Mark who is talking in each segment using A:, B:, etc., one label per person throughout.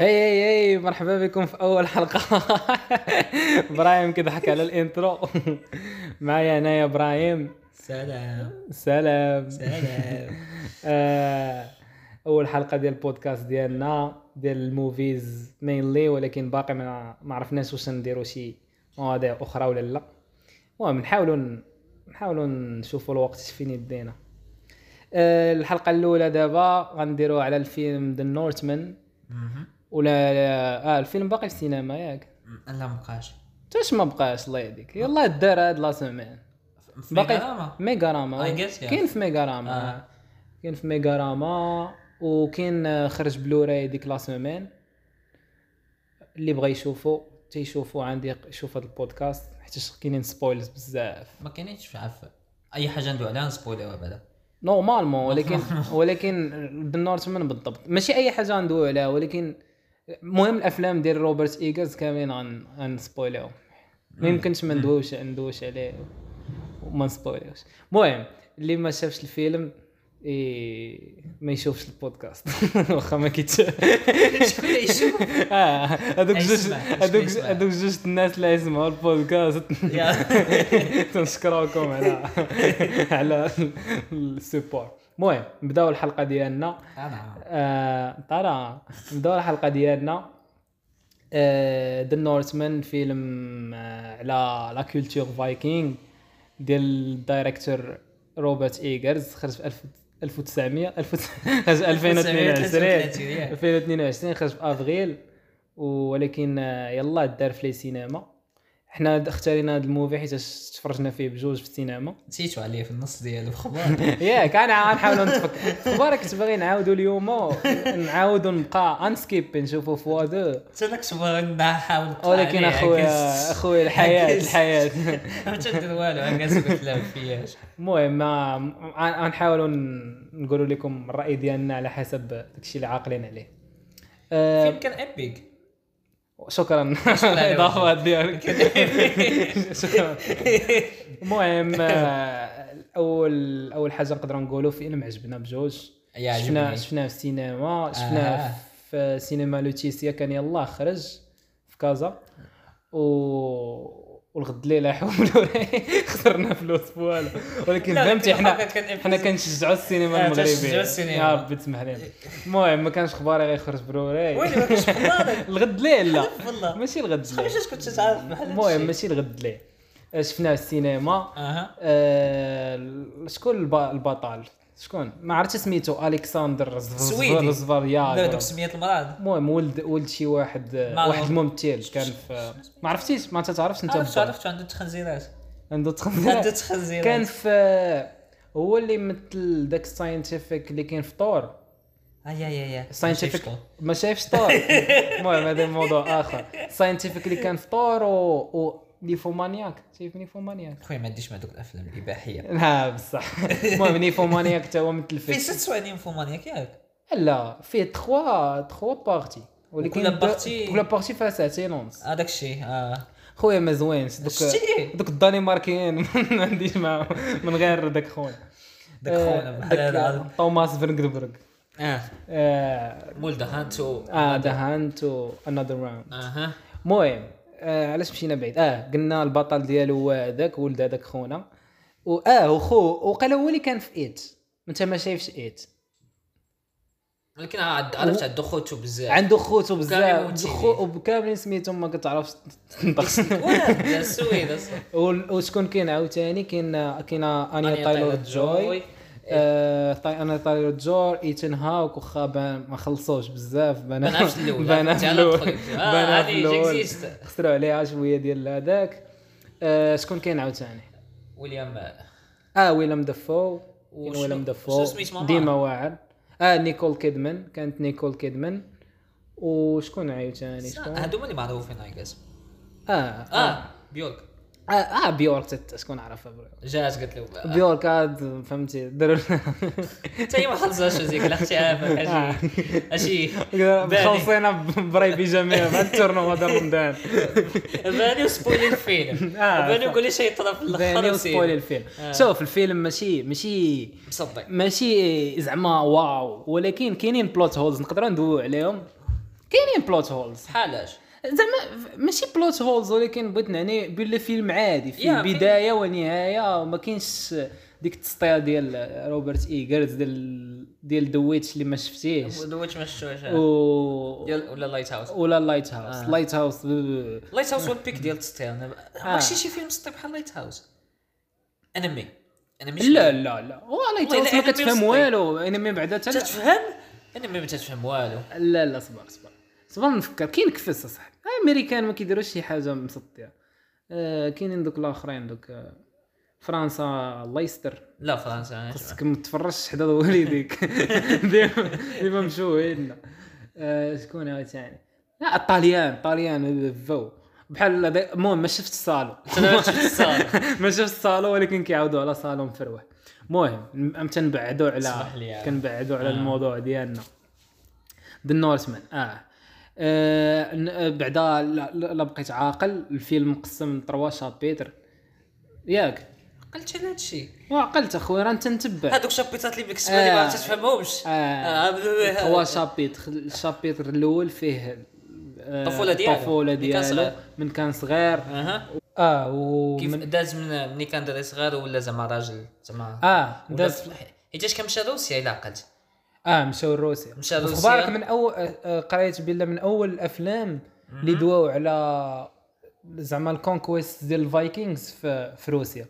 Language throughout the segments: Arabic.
A: هاي هاي هاي مرحبا بكم في اول حلقه برايم كيضحك على الانترو معايا انايا برايم
B: سلام
A: سلام
B: سلام
A: آه، اول حلقه ديال البودكاست ديالنا ديال الموفيز مينلي ولكن باقي ما ما عرفناش واش نديرو شي مواضيع اخرى ولا لا المهم نحاولوا ن- نحاولوا نشوفوا الوقت فين يدينا آه، الحلقه الاولى دابا غنديروها على الفيلم ذا نورثمان ولا اه الفيلم باقي في السينما ياك
B: لا مبقاش
A: تاش ما بقاش الله يهديك يلاه دار هاد لا سيمين
B: في
A: باقي
B: ميغاراما؟
A: في ميغاراما
B: I guess, yeah.
A: كاين في ميغاراما
B: آه.
A: كاين في ميغاراما وكاين آه، خرج بلوراي ديك لا سيمين اللي بغى يشوفو تيشوفو عندي شوف هاد البودكاست حيت كاينين سبويلز بزاف
B: ما كاينينش عف اي حاجه ندوي عليها نسبويلها بعدا
A: نورمالمون ولكن ولكن بالنورثمان بالضبط ماشي اي حاجه غندويو عليها ولكن مهم الافلام ديال روبرت ايجرز كاملين غن- غنسبويليهم ما يمكنش ما ندويوش ندويوش عليه وما نسبويليوش المهم اللي ما شافش الفيلم إيه ما يشوفش البودكاست واخا ما كيتشاف آه، هذوك جوج
B: يسمع، شكون
A: هذوك
B: يسمع؟
A: هذوك جوج الناس اللي يسمعوا البودكاست تنشكركم على على السبور المهم نبداو الحلقه ديالنا
B: انا
A: آه، ترى نبداو الحلقه ديالنا ذا نورثمان فيلم آه، على لا كولتور فايكينغ ديال الدايركتور روبرت ايجرز خرج في 1000 1900 1900 خرج 2022
B: 1923.
A: 2022 خرج في افريل ولكن آه، يلا دار في لي سينما حنا د- اختارينا هذا الموفي حيت تفرجنا فيه بجوج في السينما
B: نسيتو عليه في النص ديال الخبر
A: ياك انا غنحاولوا نتفك اخبارك تبغي نعاودوا اليوم نعاودوا نبقى انسكيب نشوفوا فوا دو
B: حتى داك الشبر نحاول نطلع
A: ولكن
B: عليه،
A: اخويا
B: عكس-
A: اخويا الحياه
B: عكس.
A: الحياه
B: ما تدير والو عكس ما فياش
A: المهم ما غن- غنحاولوا ن- نقولوا لكم الراي ديالنا على حسب داكشي اللي عاقلين عليه آه،
B: فيلم كان ابيك
A: شكرا
B: على
A: الاضافه ديالك شكرا المهم آه، اول اول حاجه نقدروا نقولوا فيلم عجبنا بجوج
B: يا
A: شفنا
B: عجبني.
A: شفناه في السينما شفناه
B: آه.
A: في سينما لوتيسيا كان يلاه خرج في كازا و والغد ليله حولوا خسرنا فلوس بوالو ولكن
B: لا،
A: فهمتي
B: لكن
A: حنا
B: الحقيقة كان
A: حنا
B: episode-
A: كنشجعوا السينما
B: آه،
A: المغربيه
B: تنشجعوا السينما.
A: يا ربي تسمح لنا المهم ما كانش خباري غيخرج بروري
B: ويلي ما كنتش في بالك
A: الغد ليله
B: والله
A: ماشي الغد ليله
B: ماشي كنت تعرف بحال هادشي.
A: المهم ماشي الغد ليله شفناه في السينما
B: اها
A: آه، شكون الب- البطل شكون ما عرفتش سميتو الكسندر
B: سويدي.
A: زفر
B: لا دوك
A: يا
B: سميات المرض
A: المهم ولد ولد شي واحد آه،
B: ما
A: واحد
B: عرف-
A: الممثل كان في ما عرفتيش ما انت تعرفش انت
B: عرفت
A: بالضبط.
B: عرفت عنده تخنزيرات
A: عنده تخنزير
B: عنده تخنزيرات
A: كان في هو اللي مثل داك الساينتيفيك اللي كاين في طور
B: اي اي اي
A: ساينتيفيك ما شايفش طور المهم هذا موضوع اخر ساينتيفيك اللي كان في طور و, و... نيفومانياك شايف نيفومانياك
B: خويا ما عنديش مع دوك الافلام الاباحيه
A: لا بصح المهم نيفومانياك تا هو مثل
B: فيه
A: فيك
B: ست سوايع فومانياك ياك
A: لا فيه تخوا تخوا بارتي ولكن
B: وكل
A: د-
B: بارتي-
A: كل بارتي فيها ساعتين ونص
B: هذاك الشيء اه
A: خويا ما زوينش دوك
B: شتي؟
A: دوك الدنماركيين ما عنديش معاهم من غير داك خونا
B: داك
A: Euh,
B: خونا بحال
A: آه، داك آه.
B: هذا
A: توماس فيرنكدبرغ
B: اه
A: اه
B: مول دهانتو
A: ذا هاند تو انذر راوند
B: اها
A: المهم آه علاش مشينا بعيد اه قلنا البطل ديالو هو هذاك ولد هذاك خونا واه وخو وقال هو اللي كان في ايت انت ما شايفش ايت
B: ولكن عاد- عرفت عاد خوتو بزاف
A: عنده خوتو
B: كاملين
A: بزاف
B: موتيفين.
A: خو وكاملين سميتهم ما كتعرفش تنطق
B: ولا سويد اصلا
A: وال- وشكون كاين عاوتاني كاين كاين انيا تايلور جوي آه، طاي انا تايلور جور ايتن هاوك واخا بان- ما خلصوش بزاف بان
B: ما نعرفش الاول
A: بان
B: تعال
A: الأول.
B: ندخل. آه،
A: بان
B: هذه
A: الأول.
B: جيكزيست.
A: خسروا عليها شويه ديال هذاك آه، شكون كاين عاوتاني
B: ويليام
A: اه ويلم دافو
B: وشنو-
A: ويلم
B: شنو
A: دافو
B: سميت ماما؟
A: ديما واعر اه نيكول كيدمان كانت نيكول كيدمان وشكون عاوتاني شكون
B: آه، هادو هما اللي معروفين اي جاس
A: اه
B: اه بيورك
A: اه, آه بيورك تت- شكون عرفها برو.
B: جات قلت له
A: بيورك عاد فهمتي دروا
B: حتى هي ما خلصهاش هذيك لا اختي
A: آه.
B: عارفه اشي اشي باني
A: خلصينا برايبي جميع بعد التورنوا هذا رمضان
B: باني وسبويلي الفيلم
A: آه.
B: باني وقول لي شي طرف
A: باني
B: الاخر
A: وسبويل
B: وسيب.
A: الفيلم شوف الفيلم ماشي ماشي
B: مصدق
A: ماشي زعما واو ولكن كاينين بلوت هولز نقدروا ندويو عليهم كاينين بلوت هولز
B: بحال اش
A: زعما ماشي بلوت هولز ولكن بغيت نعني بلا فيلم عادي فيه
B: Yeah, فيلم-
A: بدايه ونهايه وما كاينش ديك التسطيل ديال روبرت ايغرز ديال ديال دويتش اللي ما شفتيهش
B: دويتش ما شفتوش
A: و
B: ديال- ولا لايت هاوس
A: ولا لايت هاوس
B: آه.
A: لايت هاوس
B: لايت هاوس هو البيك ديال التسطيل انا
A: آه.
B: ماشي شي فيلم سطي بحال لايت هاوس انمي انمي شي-
A: لا لا لا هو لايت
B: والله
A: هاوس
B: إلا
A: ما
B: أنا
A: كتفهم
B: ميوستي.
A: والو انمي بعدا حتى لا.
B: تتفهم انمي ما تتفهم والو
A: لا لا صبر صبر صبر نفكر كاين كفس اصاحبي الامريكان ما كيديروش شي حاجه مسطيه آه كاينين دوك الاخرين دوك آه، فرنسا ليستر
B: لا فرنسا أنا
A: خصك ما تفرجش حدا والديك ديما ديما مشوهين آه، شكون هو ثاني لا الطاليان طاليان فو بحال هذا- المهم ما شفت الصالون
B: ما شفتش الصالون.
A: ما شفت الصالون ولكن كيعاودوا على صالون فروه المهم م- تنبعدوا
B: اسمح لي
A: على
B: يا-
A: كنبعدوا على
B: آه.
A: الموضوع ديالنا ذا نورسمان اه, آه ن- بعدا لا, لا لا بقيت عاقل الفيلم مقسم لتروا شابيتر ياك
B: عقلت على هادشي
A: وعقلت اخويا راه تنتبع
B: هادوك الشابيتات اللي بالنسبه لي
A: آه.
B: ما تتفهمهمش
A: آه.
B: آه.
A: هو شابيتر الشابيتر الاول فيه آه،
B: الطفولة ديالو.
A: الطفوله
B: من كان
A: ديالو
B: صغير.
A: من كان صغير
B: اها
A: اه ومن
B: كيف داز من ملي كان دري صغير ولا زعما راجل زعما
A: اه
B: ولا
A: داز
B: فلاح- حيتاش كان مشى روسيا الى عقلت
A: اه مشاو لروسيا
B: مشاو لروسيا.
A: اخبارك من اول آه، آه، قريت بلا من اول الافلام اللي دواو على زعما الكونكويست ديال الفايكنجز في, في روسيا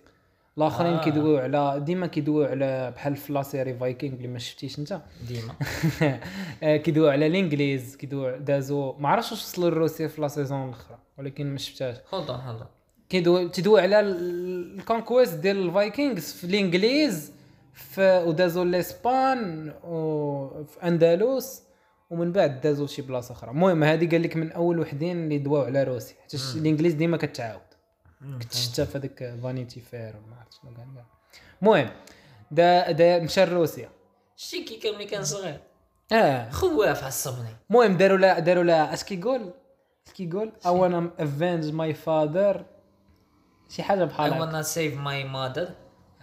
A: الاخرين آه.
B: آه.
A: كيدويو على ديما كيدويو على بحال في لا سيري فايكنج اللي ما شفتيش انت
B: ديما
A: آه، كيدويو على الانجليز كيدويو دازو ما عرفتش واش وصلوا لروسيا في لا سيزون الاخرى ولكن ما شفتهاش
B: هولد اون هولد
A: كيدوي تدوي على ال- الكونكويست ديال الفايكنجز في الانجليز في ودازو الاسبان وفي اندلس ومن بعد دازو شي بلاصه اخرى المهم هذه قال لك من اول وحدين اللي دواو على روسيا حيت الانجليز ديما كتعاود كنت شفتها في هذاك فانيتي فير وما عرفت شنو قال لها. المهم دا دا مشى لروسيا
B: شتي كي كان ملي كان صغير آه.
A: اه
B: خواف عصبني
A: المهم داروا لها داروا لها اش كيقول اش كيقول I wanna avenge my father شي حاجه
B: I
A: بحال هكا
B: wanna save my mother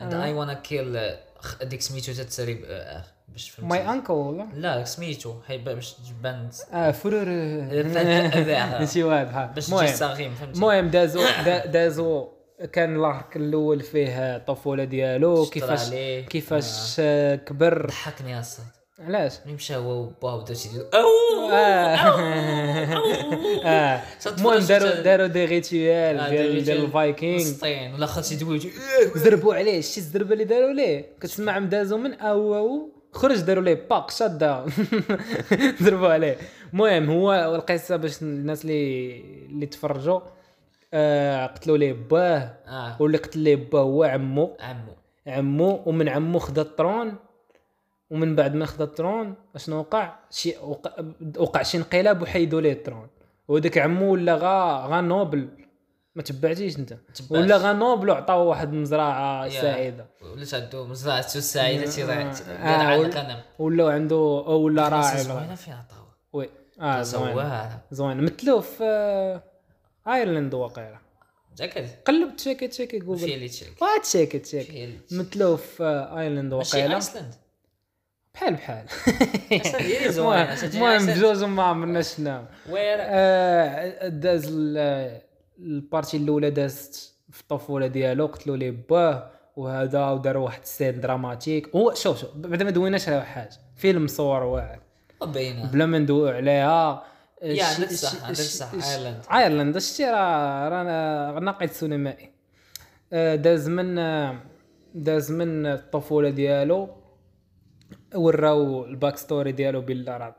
B: and I wanna kill uh, خ- ديك سميتو تتسريب باش فهمت
A: ماي انكل ولا
B: لا سميتو هي ب- باش تبان
A: اه فرور ماشي واضحه
B: باش تجي
A: المهم
B: صغير فهمتي
A: المهم دازو دا- دازو كان الارك الاول فيه الطفوله ديالو
B: شطر
A: كيفاش
B: عليه.
A: كيفاش آه، كبر
B: ضحكني اصلا
A: علاش
B: ملي مشى هو وباه بدا تيدير اوو
A: آه.
B: اوو
A: اه
B: صدفة
A: المهم
B: شفت-
A: داروا داروا دي ريتوال
B: آه،
A: ديال
B: ديال-
A: ديال الفايكينغ
B: مسطين ولا خاص يدوي
A: زربوا عليه شتي الزربه اللي داروا ليه كتسمع مدازو من او خرج داروا ليه باك شات داون زربوا عليه المهم هو القصه باش الناس اللي اللي تفرجوا آه قتلوا ليه باه
B: اه
A: واللي قتل ليه باه هو عمو
B: عمو
A: عمو ومن عمو خدا الترون ومن بعد ما خدا الترون اشنو وقع شي وقع, وقع شي انقلاب وحيدوا ليه الترون وذاك عمو ولا غا غا نوبل ما تبعتيش انت
B: تبعت.
A: ولا غا نوبل وعطاوه واحد المزرعه
B: يا.
A: سعيده
B: ولا تعدو مزرعة السعيدة تيضيع
A: آه، ولا-
B: عندك انا
A: ولا عنده أو ولا راعي
B: زوينة فين عطاوها
A: وي اه زوين
B: زوارة
A: زوين مثلو في آه، ايرلند واقيلا
B: متأكد
A: قلب تشيكي تشيكي
B: في
A: جوجل
B: اللي تشيك
A: واه تشيكي تشيكي
B: في اللي
A: مثلو في آه، ايرلند
B: ماشي
A: واقيلا
B: ايسلند
A: بحال بحال
B: أصلاً هي زوينة،
A: المهم-
B: أصلاً
A: المهم
B: جاي
A: بجوج ما عمرنا شناهم
B: وير
A: آه، داز ال- البارتي الاولى دازت في الطفوله ديالو قتلوا ليه باه وهذا وداروا واحد السين دراماتيك هو شوف شوف بعد ما دويناش على حاجه فيلم مصور واعر
B: باينة
A: بلا ما ندويو عليها آه،
B: يا،
A: شي-
B: عندك صح،
A: شي-
B: عندك
A: شي-
B: صح،
A: شي-
B: آيرلند.
A: ايرلند الشتي آه، راه راه ناقد سينمائي آه، داز من آه، داز من الطفوله ديالو وراو الباك ستوري ديالو بالله راه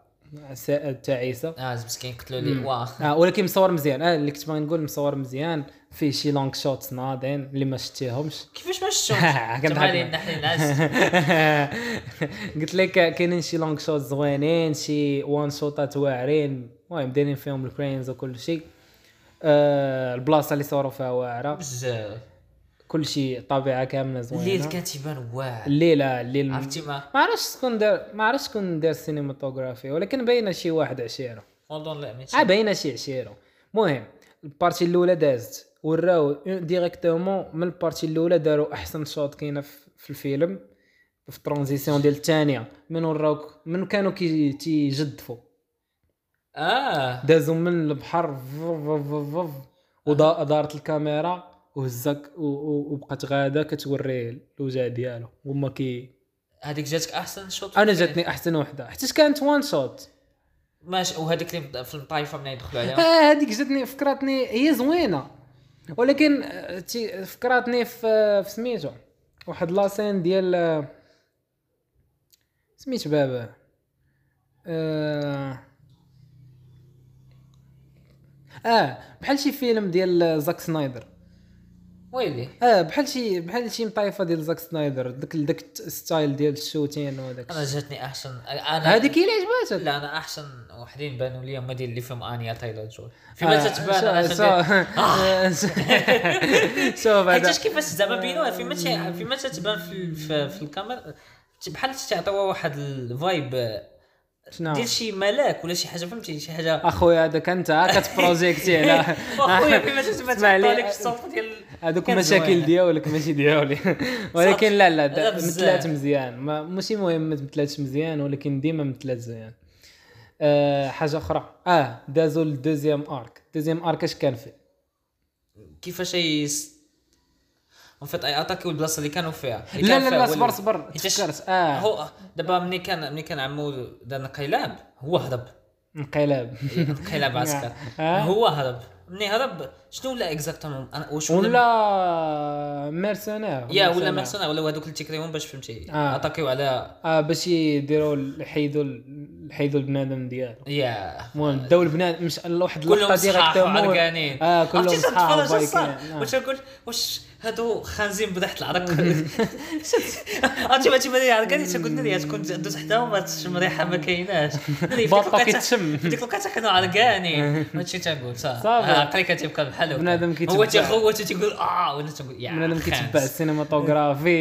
A: سا- تعيسه
B: اه مسكين قتلوا لي واه
A: آه ولكن مصور مزيان اه اللي كنت باغي نقول مصور مزيان فيه شي لونغ شوتس ناضين اللي ما شتيهمش
B: كيفاش ما شفتوش
A: كنت
B: تما
A: حاكي.
B: لي نحن ناس
A: قلت لك كاينين شي لونغ شوت زوينين شي وان شوتات واعرين المهم دايرين فيهم الكرينز وكل شيء آه البلاصه اللي صوروا فيها واعره
B: بزاف
A: كل شيء طبيعه كامله
B: الليل
A: زوينه
B: كان تيبان واعر
A: الليله الليل
B: عرفتي ما
A: ما عرفتش شكون دار ما عرفتش شكون دار سينماتوغرافي ولكن باينه شي واحد عشيره
B: والله لا ماشي
A: اه باينه شي عشيره المهم البارتي الاولى دازت وراو ديريكتومون من البارتي الاولى داروا احسن شوط كاينه في في الفيلم في الترانزيسيون ديال الثانيه من وراوك من كانوا كي تيجدفوا
B: اه
A: دازوا من البحر فف- فف- فف- فف، ودا- دارت الكاميرا وهزك و- و- وبقات غاده كتوري الوجه ديالو هما كي
B: هذيك جاتك احسن شوط
A: انا جاتني احسن وحده حيت كانت وان شوت
B: ماشي وهذيك اللي في الطايفه من يدخلوا عليها
A: آه، هذيك جاتني فكرتني هي زوينه ولكن آه، تي- فكرتني في في سميتو واحد لاسين ديال آه، سميت بابا اه, آه بحال شي فيلم ديال زاك سنايدر
B: ويلي
A: اه بحال شي بحال شي مطايفه ديال زاك سنايدر داك داك الستايل ديال الشوتين وداك
B: انا جاتني احسن انا
A: هذيك هي اللي آه، عجباتك
B: لا انا احسن وحدين بانوا لي هما ديال اللي فيهم انيا تايلور جوي
A: آه،
B: فيما تتبان أنا آه.
A: شو-
B: تندير-
A: شو- شوف هذا
B: حيتاش كيفاش زعما بينوها فيما تي- فيما تتبان في ال- في, في الكاميرا تي- بحال تعطيوها واحد الفايب
A: آه. شنو
B: ديال شي ملاك ولا شي حاجه فهمتي شي حاجه
A: اخويا هذاك انت كتبروجيكتي على
B: واخويا فيما تتبان
A: اسمع لي،
B: تحط عليك الصوت ديال
A: هذوك
B: كان
A: المشاكل
B: زوينة.
A: ديالك ماشي ديالي ولكن لا لا
B: هذا
A: دا-
B: بزاف.
A: مثلات مزيان ما ماشي مهم ما مثلاتش مزيان ولكن ديما مثلات زيان آه حاجه اخرى اه دازو للدوزيام ارك دوزيام ارك اش كان فيه
B: كيفاش يس فيت اي اتاكيو البلاصه اللي كانوا فيها اللي
A: لا
B: كان
A: لا لا
B: فيها هو
A: صبر
B: ال-
A: صبر
B: حيتاش
A: تفكرت اه
B: هو دابا ملي كان ملي كان عمو دار انقلاب هو هرب
A: انقلاب
B: انقلاب عسكر
A: آه.
B: هو هرب ملي هرب شنو ولا اكزاكتومون أنا- واش ولا-
A: ولا ميرسونير
B: يا ولا مارسونا ولا هذوك اللي تيكريون باش فهمتي
A: آه.
B: اتاكيو على
A: اه باش يديروا يحيدوا يحيدوا البنادم ديالو
B: يا
A: المهم داو البنادم مش واحد
B: آه. كلهم
A: اللقطه
B: صحاح
A: ديريكتومون
B: وعرقانين
A: اه كلهم
B: عرفتي
A: صحاح
B: تتفرج
A: وبايكين.
B: أصلا؟
A: آه.
B: واش نقول واش هادو خانزين بضحت العرق عرفتي ما تيبان لي عرقانين تنقول ناري تكون دوز حداهم ما تشم ريحه ما كايناش ناري، في ديك
A: باطة
B: الوقت-
A: كيتشم.
B: في ديك الوقت كانوا عرقانين هادشي تنقول صافي
A: صافي.
B: آه، عقلي كتبقى بحال هكا.
A: بنادم
B: هو
A: كيتبع.
B: تيخوت وتيقول اه وانا تنقول يا
A: بنادم
B: خانز.
A: كيتبع السينماتوغرافي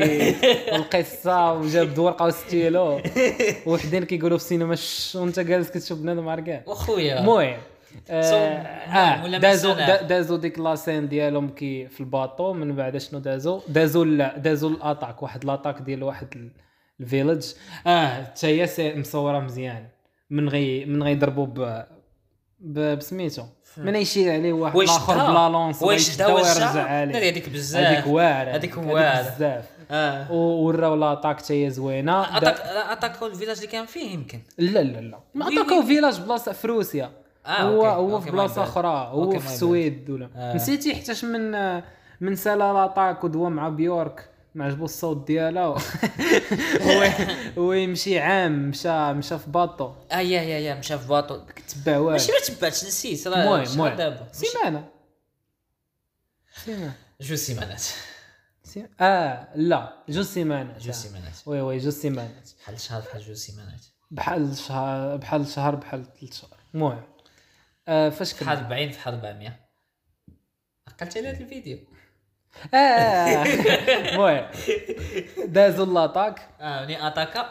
A: والقصه وجاب ورقه وستيلو وحدين كيقولوا في السينما شش وانت جالس كتشوف بنادم عرقان
B: وخويا
A: المهم آه،
B: So- ولا
A: آه، دازو
B: مثلاً-
A: دا- دازو ديك لاسين ديالهم كي في الباطو من بعد شنو دازو دازو لا دازو الاتاك واحد لاتاك ديال واحد ال- الفيلج اه حتى هي سي- مصوره مزيان من غي من غيضربوا ب ب- بسميتو من يشير عليه واحد
B: واش
A: اخر
B: دا؟
A: بلا لونس
B: واش دا واش دا؟
A: ويرجع
B: ناري
A: عليه
B: هذيك بزاف
A: هذيك واعره
B: هذيك واعره
A: بزاف
B: اه
A: و- وراو لاتاك حتى هي زوينه دا-
B: اتاك اتاكو الفيلاج اللي كان فيه يمكن
A: لا لا لا ما
B: وي-
A: عطاكو
B: وي.
A: فيلاج بلاصه في روسيا
B: آه،
A: هو
B: أوكي،
A: هو
B: أوكي،
A: في
B: my
A: بلاصه
B: bad.
A: اخرى هو
B: أوكي،
A: في
B: my bad.
A: السويد ولا
B: آه.
A: نسيتي حتاش من من سالا لاتاك ودوا مع بيورك ما عجبو الصوت ديالها و- هو هو يمشي عام مشى مشى في باطو
B: اه يا يا يا مشى في باطو
A: تبع واعر
B: ماشي ما تبعتش نسيت راه
A: المهم
B: شحال
A: المهم
B: دابا
A: سيمانه سيمانه
B: جوج سيمانات
A: سي- اه لا جوج سيمانات
B: جوج
A: آه.
B: سيمانات
A: وي وي جوج سيمانات
B: بحال شهر بحال جوج سيمانات
A: بحال شهر بحال شهر بحال ثلاث شهور المهم آه فاش كنا
B: بحال 40 بحال 400 عقلت على هذا الفيديو
A: آه، آه، آه. المهم دازوا لاطاك
B: اه مني اتاكا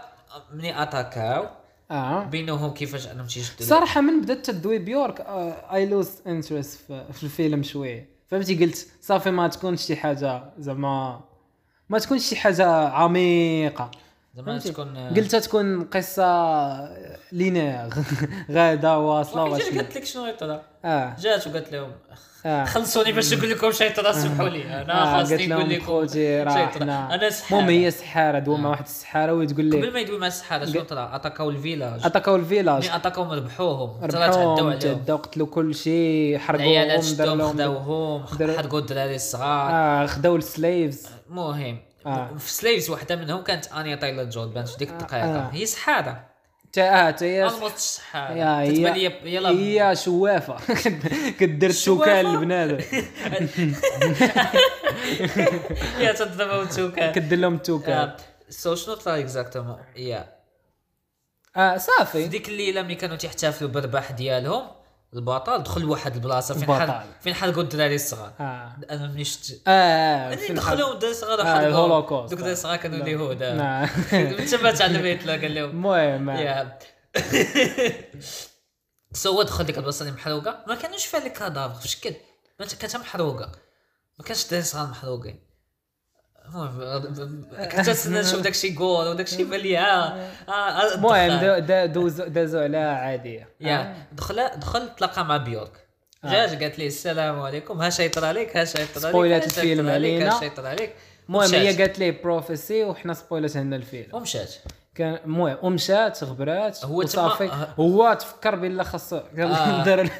B: مني اتاكاو
A: اه
B: بينهم كيفاش انهم تيشدوا
A: صراحه من بدات تدوي بيورك آه، اي لوز انترست في الفيلم شويه فهمتي قلت صافي ما تكونش شي حاجه زعما ما تكونش شي حاجه عميقه
B: زعما
A: فهمتي؟
B: تكون آه،
A: قلت تكون قصه لينير غاده واصله
B: وقيلا
A: وشنو.
B: قالت لك شنو يطرا
A: اه
B: جات وقالت لهم
A: اه
B: خلصوني باش نقول لكم شي يطرا سمحوا لي انا
A: آه،
B: خاصني
A: قلت
B: نقول
A: لهم
B: لكم
A: خوتي
B: شي
A: راه
B: يطرا.
A: حنا
B: انا سحابة.
A: المهم هي السحاره دوا مع
B: آه.
A: واحد السحاره ويتقول
B: قبل
A: لي
B: ما يدوي مع السحاره شنو طلع اتاكاو الفيلاج
A: اتاكاو الفيلاج
B: ملي اتاكاهم ربحوهم طلعت عداو
A: ربحوهم
B: عليهم
A: تعداو قتلوا كل شيء
B: العيالات
A: حرقوهم دار
B: شدوهم
A: لهم
B: خداوهم
A: داروا-
B: حرقوا الدراري الصغار
A: اه خداو السليفز
B: المهم
A: آه.
B: في سليفز واحده منهم كانت انيا تايلر جول بانت في ديك الدقيقه
A: آه.
B: هي سحاره
A: تا اه تا هي
B: الموست
A: يا-
B: سحاره
A: هي-
B: كتبان لي يلا
A: هي شوافه كدير
B: شوافة؟
A: التوكال لبنادم
B: يا تضربها وتوكا
A: كدير لهم التوكال
B: سو آه. شنو طلع اكزاكتومون يا
A: اه
B: في
A: صافي
B: ديك الليله ملي كانوا تيحتفلوا بالرباح ديالهم البطل دخل لواحد البلاصه فين
A: البطل.
B: حرق فين حرقوا الدراري الصغار
A: اه
B: انا ملي شفت
A: اه
B: ملي
A: فين
B: دخلوا الدراري الصغار
A: آه،
B: وحرقوهم.
A: الهولوكوست.
B: دوك الدراري الصغار كانوا اليهود
A: حرق؟
B: آه.
A: نعم.
B: تبعت على هتلر قال لهم
A: المهم آه.
B: يا سو دخل ديك البلاصه اللي محروقه ما كانوش فيها لي كادافغ في شكل ما كانت محروقه ما كانش داير صغار محروقين المهم كنت نستنى نشوف داك الشيء جول وداك الشيء بان لي ها ها
A: المهم
B: دخل.
A: دا- دا- دوزو دازو على عاديه
B: يا دخل دخل تلاقى مع بيورك جاج قالت لي السلام عليكم ها شي طرا لك ها شي طرا لك
A: سبويلات
B: ها شي
A: الفيلم
B: طرا لك،
A: علينا.
B: ها شي طرا لك
A: المهم هي
B: ومشات.
A: قالت لي بروفيسي وحنا سبويلات عندنا الفيلم
B: ومشات
A: كان المهم ومشات غبرات
B: هو
A: هو
B: تما-
A: وصافي
B: آه.
A: هو تفكر بلا خاصو
B: آه.
A: دار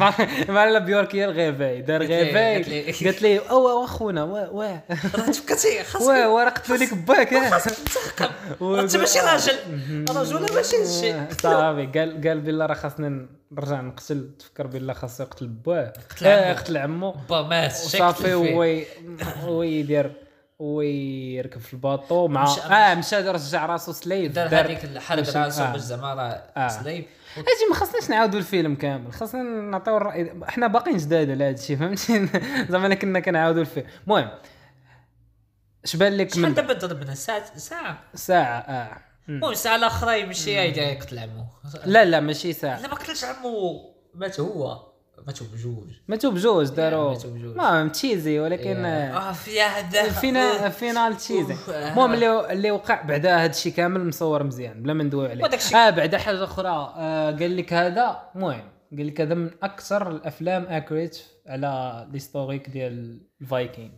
A: مع- مع لا بيورك هي الغيباي دار
B: قالت لي- قالت
A: غيباي
B: لي-
A: قالت لي اوه واخونا واه واه
B: راه تفكرتي
A: واه
B: خاصك
A: واه راه قتلوا لك باك آه.
B: راه انت ماشي راجل رجل ماشي شي
A: Eh, صافي قال قال بالله راه خاصني نرجع نقتل تفكر بالله خاصو يقتل باه
B: قتل عمو.
A: آه، قتل عمو
B: با مات
A: وصافي هو ي- هو يدير هو يركب في الباطو مع
B: مشى-
A: اه مشى رجع راسو سليب
B: دار هذيك الحرب
A: ماشي-
B: راسو
A: آه.
B: باش زعما راه
A: آه.
B: سليب
A: اجي ما خصناش نعاودوا الفيلم كامل خصنا نعطيو الراي حنا باقيين جداد على هذا الشيء فهمتي زعما أنا كنا كنعاودوا الفيلم المهم شبان لك
B: شحال
A: من
B: دابا ضربنا ساعة ساعة
A: ساعه اه مم.
B: المهم الساعة الأخرى يمشي يقتل عمو
A: لا لا ماشي ساعه
B: لا ما قتلش عمو مات هو ماتوا بجوج
A: ماتوا بجوج داروا
B: ماتوا بجوج.
A: المهم تشيزي ولكن آه،
B: اه في هذا
A: فينا فينال تشيزي
B: أوف، آه.
A: المهم اللي اللي وقع بعدا هذا الشيء كامل مصور مزيان بلا ما ندوي عليه
B: وداك الشيء-
A: اه بعدا حاجه اخرى آه قال لك هذا المهم قال لك هذا من اكثر الافلام اكريت على ليستوريك ديال الفايكينغ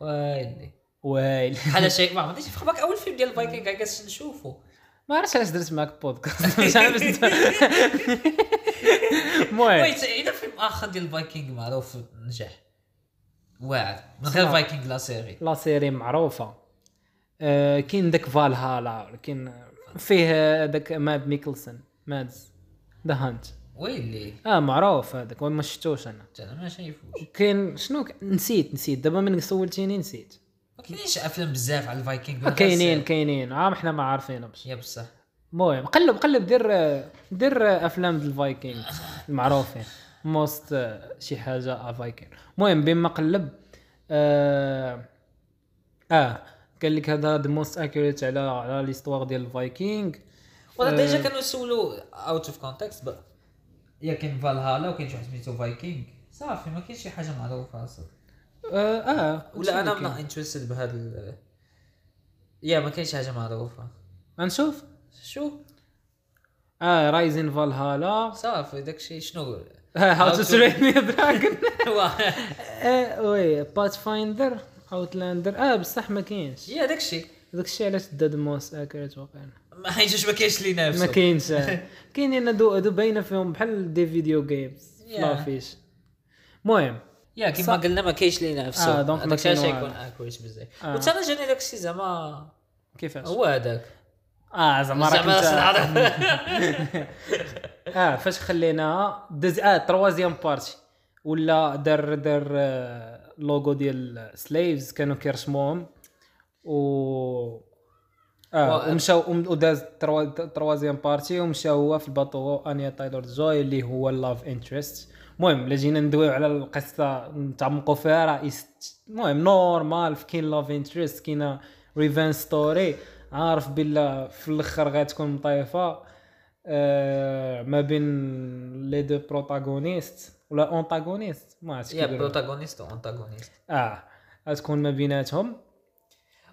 B: ويلي
A: ويل
B: بحال شيء ما عرفتش في خباك اول فيلم ديال الفايكنج كاع كاس نشوفو
A: ما عرفتش علاش درت معك بودكاست مش عارف إش ندوي. المهم
B: ويت اذا فيلم اخر ديال الفايكنج معروف نجح واعر من غير
A: صح.
B: فايكنج لا سيري
A: لا سيري معروفه آه كاين داك فالهالا كاين فيه آه، داك ماد ميكلسون مادز ذا هانت
B: ويلي
A: اه معروف هذاك وما شفتوش انا
B: حتى انا ما شايفوش
A: كاين شنو ك- نسيت نسيت دابا من سولتيني نسيت
B: ما كاينينش افلام بزاف على الفايكنج من غير
A: كاينين
B: سيري.
A: كاينين عام حنا آه، ما عارفينهمش
B: يا بصح
A: المهم قلب قلب دير آه، دير آه، افلام ديال الفايكينغ المعروفين موست آه، شي حاجه فايكينغ المهم بما قلب اه, آه. قال لك هذا ذا موست اكيوريت على على ليستوار ديال الفايكينغ
B: ولا
A: آه.
B: ديجا كانوا يسولوا اوت اوف كونتكست يا كاين فالهالا وكاين شي واحد سميتو فايكنج صافي ما كاينش شي حاجه معروفه اصلا
A: اه, آه.
B: ولا انا
A: كاين.
B: ما انترستد بهذا ال... يا ما كاينش حاجه معروفه
A: غنشوف
B: شو
A: اه رايزين فالهالا
B: صافي داكشي شنو
A: هاو تو
B: How to-
A: ترين يور دراجون
B: واه.
A: اه وي بات فايندر اوتلاندر اه بصح ما كاينش
B: يا داكشي
A: داك الشيء علاش داد موس اكرت واقعا
B: ما حيتش ما كاينش لي نفسه
A: ما كاينش آه. كاينين هادو هادو باينه فيهم بحال دي فيديو جيمز
B: Yeah.
A: لافيش المهم
B: يا كيما قلنا ما كاينش لي نفسه
A: آه، دونك ما
B: داك الشيء
A: كاين
B: غيكون
A: والو.
B: اكويس بزاف
A: آه.
B: وتا انا جاني داك الشيء زعما
A: كيفاش
B: هو هذاك
A: اه زعما راك
B: زعما راس
A: انت
B: العرب
A: اه فاش خليناها دز اه تروازيام بارتي ولا دار دار آه، لوغو ديال سليفز كانوا كيرسموهم و اه
B: و-
A: ومشاو وم- وداز تروا- تروازيام بارتي ومشى هو في الباطو هو انيا تايلور جوي اللي هو اللاف انترست المهم الا جينا ندويو على القصه نتعمقوا فيها راه يست- المهم نورمال في كاين لاف انترست كاينه ريفان ستوري عارف بلا في الاخر غتكون مطيفه آه ما بين لي دو بروتاغونيست ولا اونتاغونيست ما عرفتش
B: يا
A: كيديروا
B: بروتاغونيست وانتاغونيست
A: اه غتكون ما بيناتهم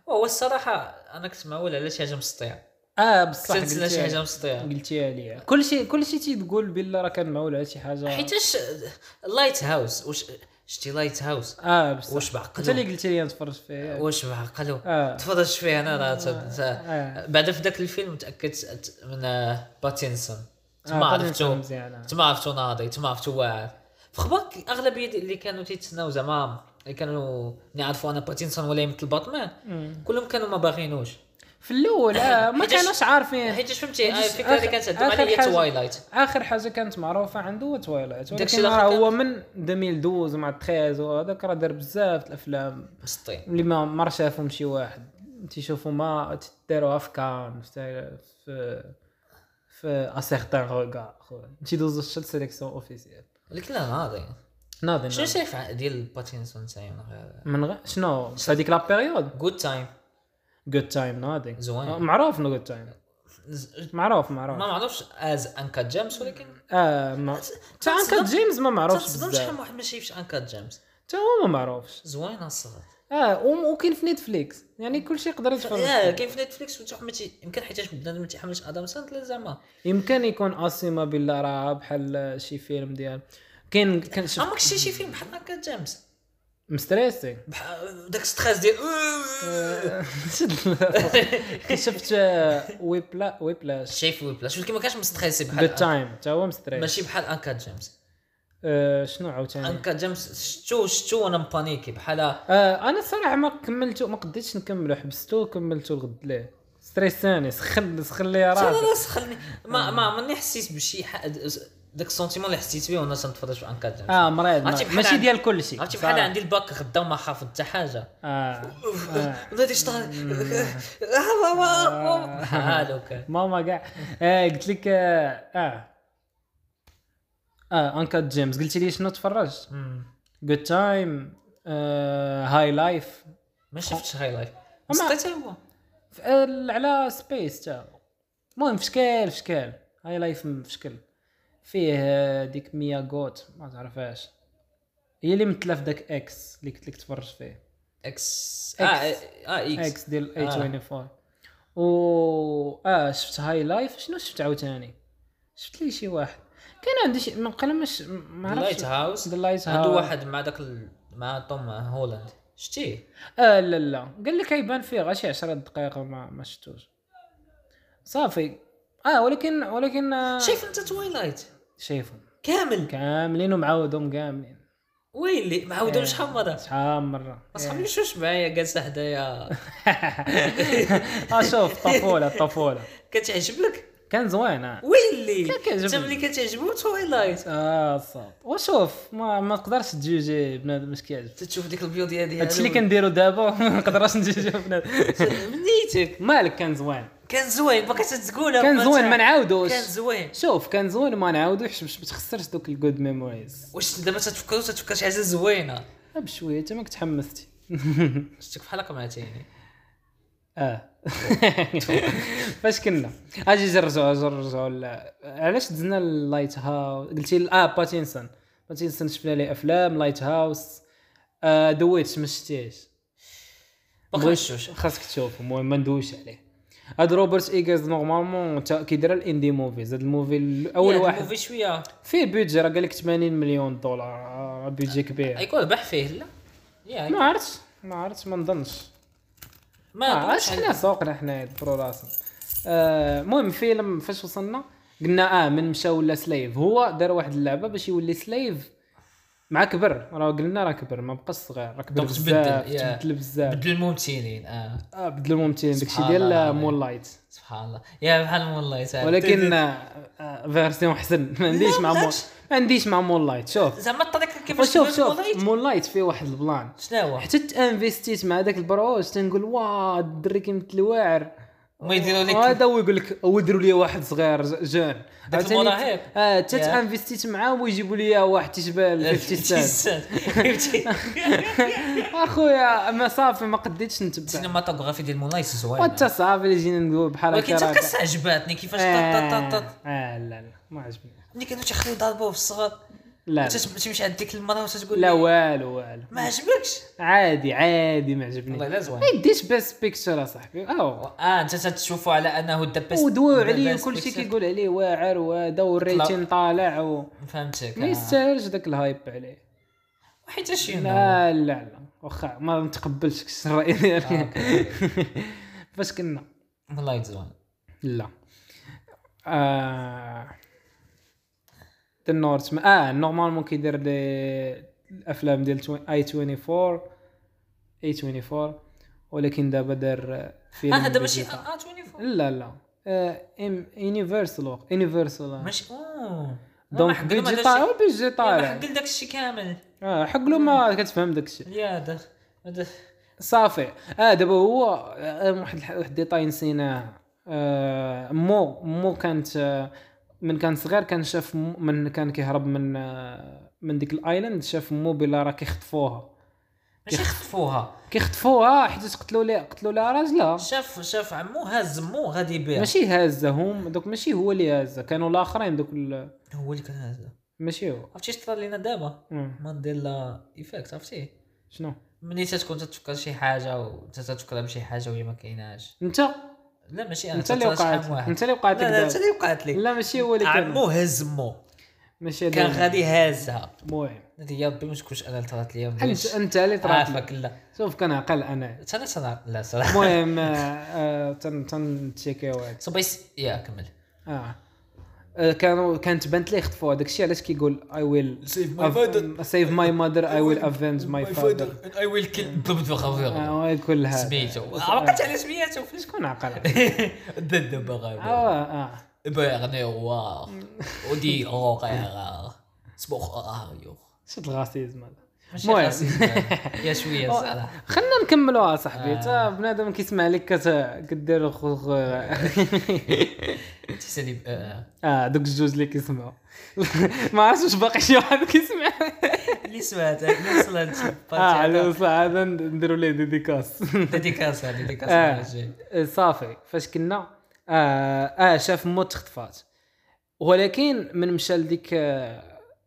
B: وهو الصراحه انا كنت معول على شي حاجه مسطيه
A: اه
B: كنت
A: بصح
B: نتسنى شي حاجه
A: قلتيها
B: مسطيه
A: قلتيها ليا كلشي كلشي تيقول بلا راه كنمعول على شي حاجه
B: حيتاش لايت هاوس واش شتي لايت هاوس
A: اه بصح
B: واش
A: انت اللي
B: بعقلو
A: قلتي لي نتفرج آه، فيه
B: واش بعقلو
A: اه
B: تفرج فيه انا راه ت- ت-
A: آه.
B: بعدا في ذاك الفيلم تاكدت من آه، باتينسون تما
A: آه، طبعاً
B: عرفتو
A: مزيانة.
B: تما عرفتو ناضي تما عرفتو واعر في خبرك الاغلبيه دي- اللي كانوا تيتسناو زعما اللي كانوا اللي عرفوا انا باتينسون ولا يمثل باتمان
A: مم.
B: كلهم كانوا ما باغينوش
A: في الاول آه ما
B: حيتاش-
A: كانوش عارفين
B: حيت فهمتي آه،
A: حيتاش
B: الفكره اللي
A: آخر-
B: كانت عندهم
A: آخر
B: على هي
A: حاجة-
B: توايلايت
A: اخر حاجه كانت معروفه عنده هو تويلايت
B: داكشي
A: ولكن راه
B: الآخر
A: هو من 2012 مع 13 وهذاك راه دار بزاف د الافلام
B: مسطين
A: اللي ما ما راه شافهم شي واحد تيشوفوا ما تداروها في كان في في في اسيغتان روغا تيدوزو شل سيليكسيون اوفيسيال
B: ولكن لا ناضي
A: ناضي
B: شنو
A: ناضي.
B: شايف ع- ديال باتينسون تاعي
A: من غ... شنو في هذيك لا بيريود
B: جود تايم
A: جود تايم ناضي
B: زوين.
A: آه، معروف نو جود تايم معروف معروف
B: ما معرفش از انكا جيمس ولكن
A: اه ما تا انكا جيمس ما معروفش
B: تصدم
A: بزاف
B: شحال واحد ما شايفش انكا جيمس
A: تا هو ما معروفش
B: زوينه الصغر
A: اه وم- وكاين في نتفليكس يعني كل شيء يقدر
B: لا
A: يتفرج
B: كاين في نتفليكس وانت ما تي- يمكن حيتاش بنادم ما تيحملش ادم ساندلر زعما
A: يمكن يكون اسيما بالله راه بحال شي فيلم ديال كاين كان شفت
B: عمرك شتي شي فيلم بحال هكا جيمس آه.
A: مستريسي
B: بحال داك ستريس ديال
A: شفت آه، ويبلا ويبلاش
B: شايف ويبلاش ولكن ما كانش مستريسي
A: ذا
B: بحال آه،
A: تايم تا هو مستريس
B: ماشي بحال انكا جيمس
A: آه، شنو عاوتاني
B: انكا جيمس شتو شتو وانا مبانيكي بحال
A: آه، انا الصراحه ما كملته ما قديتش نكمله حبسته وكملته الغد ليه ستريساني سخن سخن لي
B: لا
A: راسي
B: لا سخلني ما ما ماني حسيت بشي ح- داك السونتيمون اللي حسيت بيه وانا تنتفرج في انكا جيمس
A: اه مريض
B: عرفتي
A: مريض.
B: بحال
A: ماشي
B: عن-
A: ديال كل شيء
B: عرفتي بحال
A: صراحة.
B: عندي الباك غدا وما حافظ حتى حاجه
A: آه. آه.
B: نادي اشتغل هذا اوكي
A: ماما كاع آه قلت لك اه اه, آه انكات جيمس قلت لي شنو تفرجت آه، جود تايم هاي لايف
B: ما شفتش هاي لايف
A: أما-
B: مسكت هو
A: على سبيس تا المهم فشكال فشكال هاي لايف فشكل فيه آه، ديك ميا جوت ما تعرفهاش هي اللي ممثله في داك اكس اللي قلت لك تفرج فيه
B: اكس
A: إكس.
B: اه اه اكس
A: اكس ديال اي
B: آه.
A: 24 و اه شفت هاي لايف شنو شفت عاوتاني شفت لي شي واحد كان عندي شي ما قال مش ما
B: لايت
A: عرفتش
B: هاوس
A: ذا لايت
B: عنده واحد مع داك ال- مع توم هولاند شتيه
A: آه لا لا قال لك يبان فيه غير شي 10 دقائق ما ما شفتوش صافي اه ولكن ولكن آه
B: شايف انت تويلايت
A: شايفهم
B: كامل
A: كاملين ومعاودهم كاملين
B: ويلي معاودو
A: آه.
B: شحال مره
A: شحال من مره
B: اصحابي مشوش معايا جالسه حدايا
A: اه شوف طفوله طفوله
B: كتعجب لك
A: كان زوين آه.
B: ويلي
A: كان كيعجبني.
B: انت ملي كتعجبو تويلايت
A: اه صاب وشوف ما ما تقدرش تجوجي بنادم اش كيعجب
B: تشوف ديك البيوضيه ديالو
A: هادشي اللي كنديرو دابا ما نقدرش نجوجي بنادم
B: من نيتك
A: مالك كان زوين
B: كان زوين باقي تتقولها
A: كان زوين ما نعاودوش
B: كان زوين
A: شوف كان زوين وما نعاودوش باش ما تخسرش دوك الجود ميموريز
B: واش دابا تتفكر تتفكر شي حاجه زوينه
A: بشويه انت ماك تحمستي
B: شفتك في حلقه مع تيني
A: اه فاش كنا اجي جرجعوا جرجعوا ل- علاش دزنا اللايت هاوس قلتي ل- اه باتينسون باتينسون شفنا ليه افلام لايت هاوس آه دويت ما شتيش
B: باقي
A: بغيت-
B: مشوش
A: خاصك تشوف المهم ما ندويش عليه هاد روبرت ايغرز نورمالمون تا- كيدير الاندي موفيز هاد الموفي الاول
B: يعني
A: واحد
B: الموفي شويه
A: فيه بيدجي راه قال لك 80 مليون دولار آه، بيدجي كبير
B: يكون ربح فيه لا يعني
A: ما عرفتش ما عرفتش ما نظنش
B: ما
A: اه
B: عرفتش
A: حنا سوقنا حنا يدبروا راسنا آه، المهم فيلم فاش وصلنا قلنا اه من مشى ولا سليف هو دار واحد اللعبه باش يولي سليف مع كبر راه قلنا راه كبر ما بقاش صغير راه كبر
B: دونك تبدل،
A: بزاف
B: يا.
A: تبدل بزاف
B: بدلوا الممثلين اه
A: آه، بدل الممثلين داكشي
B: سبحان
A: ديال
B: الله.
A: مون لايت
B: سبحان الله يا بحال والله تعال.
A: ولكن آه، آه، فيرسيون احسن ما عنديش مع مون
B: بالعكس.
A: ما عنديش مع مون لايت شوف
B: زعما الطريقه كيفاش
A: شوف
B: تبان
A: شوف
B: الموضوع
A: مون لايت فيه واحد البلان
B: شنو هو
A: حتى تانفيستيت مع داك البروج تنقول واه الدري كيمثل واعر
B: وما يديروا لك
A: هذا هو يقول لك ودروا لي واحد صغير ز- جون عاوتاني-
B: المراهق.
A: اه حتى
B: ياه.
A: تانفيستيت معاه ويجيبوا لي واحد تشبه ال 50 سنت اخويا ما صافي ما قديتش نتبع
B: السينماتوغرافي ديال مولايت زوينه
A: وانت صافي اللي جينا نقول بحال
B: ولكن
A: راه
B: حتى القصه عجباتني كيفاش طط
A: آه،
B: طط طط
A: اه لا لا ما عجبني
B: ملي كانوا تيخليو يضربوه في الصغر
A: لا لا.
B: تمشي عند ديك المراه وتقول
A: لا
B: لي
A: والو والو
B: ما عجبكش
A: عادي عادي ما عجبني
B: والله
A: ما
B: لا زوين
A: يديش بيست بيكتشر اصاحبي اه
B: اه انت تشوفوا على انه ذا بيست
A: ودواو عليه كل شيء كيقول عليه واعر وهذا والريتين طالع و
B: فهمتك
A: ما يستاهلش داك الهايب عليه
B: حيت شي
A: لا لا لا واخا ما نتقبلش الراي
B: آه،
A: ديالك فاش كنا
B: والله زوين
A: لا آه... ذا نورث اه نورمالمون كيدير لي الافلام ديال توين- اي 24 اي 24 ولكن دابا دار فيلم
B: اه هذا ماشي
A: ديجيتال.
B: اه 24
A: لا لا آه، ام يونيفرسال يونيفرسال
B: ماشي اوه
A: دونك بيجي طالع بيجي طالع
B: حق داك الشيء كامل
A: آه، حق له ما كتفهم داك الشيء
B: يا دخ دخ
A: صافي اه دابا هو آه، واحد الح- واحد ديتاي نسيناه آه، مو مو كانت آه، من كان صغير كان شاف مو- من كان كيهرب من آه، من ديك الايلاند شاف مو بلا راه كيخطفوها
B: ماشي خطفوها
A: كيخطفوها حيت قتلوا لي قتلوا لها راجلها
B: شاف شاف عمو هاز مو غادي يبيع
A: ماشي هازه هم دوك ماشي هو اللي هازه كانوا الاخرين دوك ال-
B: هو اللي كان هاز
A: ماشي هو
B: عرفتي اش طرا لينا دابا
A: مم.
B: مانديلا ايفيكت عرفتيه
A: شنو
B: ملي تتكون تتفكر شي حاجه وانت تتفكر بشي حاجه وهي ما كايناش
A: انت
B: لا ماشي انا
A: انت اللي وقعت انت اللي وقعت
B: لا لا انت
A: لك
B: اللي وقعت لي
A: لا ماشي هو اللي كان
B: عمو هز مو
A: ماشي
B: كان
A: هذا.
B: غادي هازها
A: المهم
B: نادي يا ربي ما تكونش انا اللي طرات ليا
A: بحال انت انت اللي طرافك
B: عافاك لا
A: شوف كنعقل انا
B: حتى انا صراحه لا صراحه
A: المهم آه، آه، تن تنتشيكيو هاد.
B: صبيس يا كمل
A: اه آه، كانوا كانت بنت لي خطفوها داكشي علاش كيقول اي ويل
B: Save my father.
A: سيف ماي ماذر اي ويل افنج ماي فادر
B: اي ويل كيل ضبط
A: Ah,
B: بخافير
A: كل آه، هذا
B: سميتو عرفت على سميتو فاش
A: شكون عقل
B: ضد بغافير
A: اه اه
B: بيرني وار ودي اوغيغ سبوخ اغيو
A: شد الغاسيزم هذا
B: ماشي
A: المهم.
B: خاصني يا شويه صراحه
A: خلنا نكملوها صاحبي تا بنادم كيسمع لك كت- كدير خو خو-
B: تحسني ب- آه.
A: اه دوك الجوج اللي كيسمعوا ما عرفتش واش باقي شي واحد كيسمع
B: اللي سمعتها اللي وصلت
A: اه على الساعة هذا نديروا ليه ديديكاس
B: ديديكاسا ديديكاسا
A: آه.
B: على الجاي.
A: صافي فاش كنا اه, آه شاف مو تخطفات ولكن من مشى لديك آه،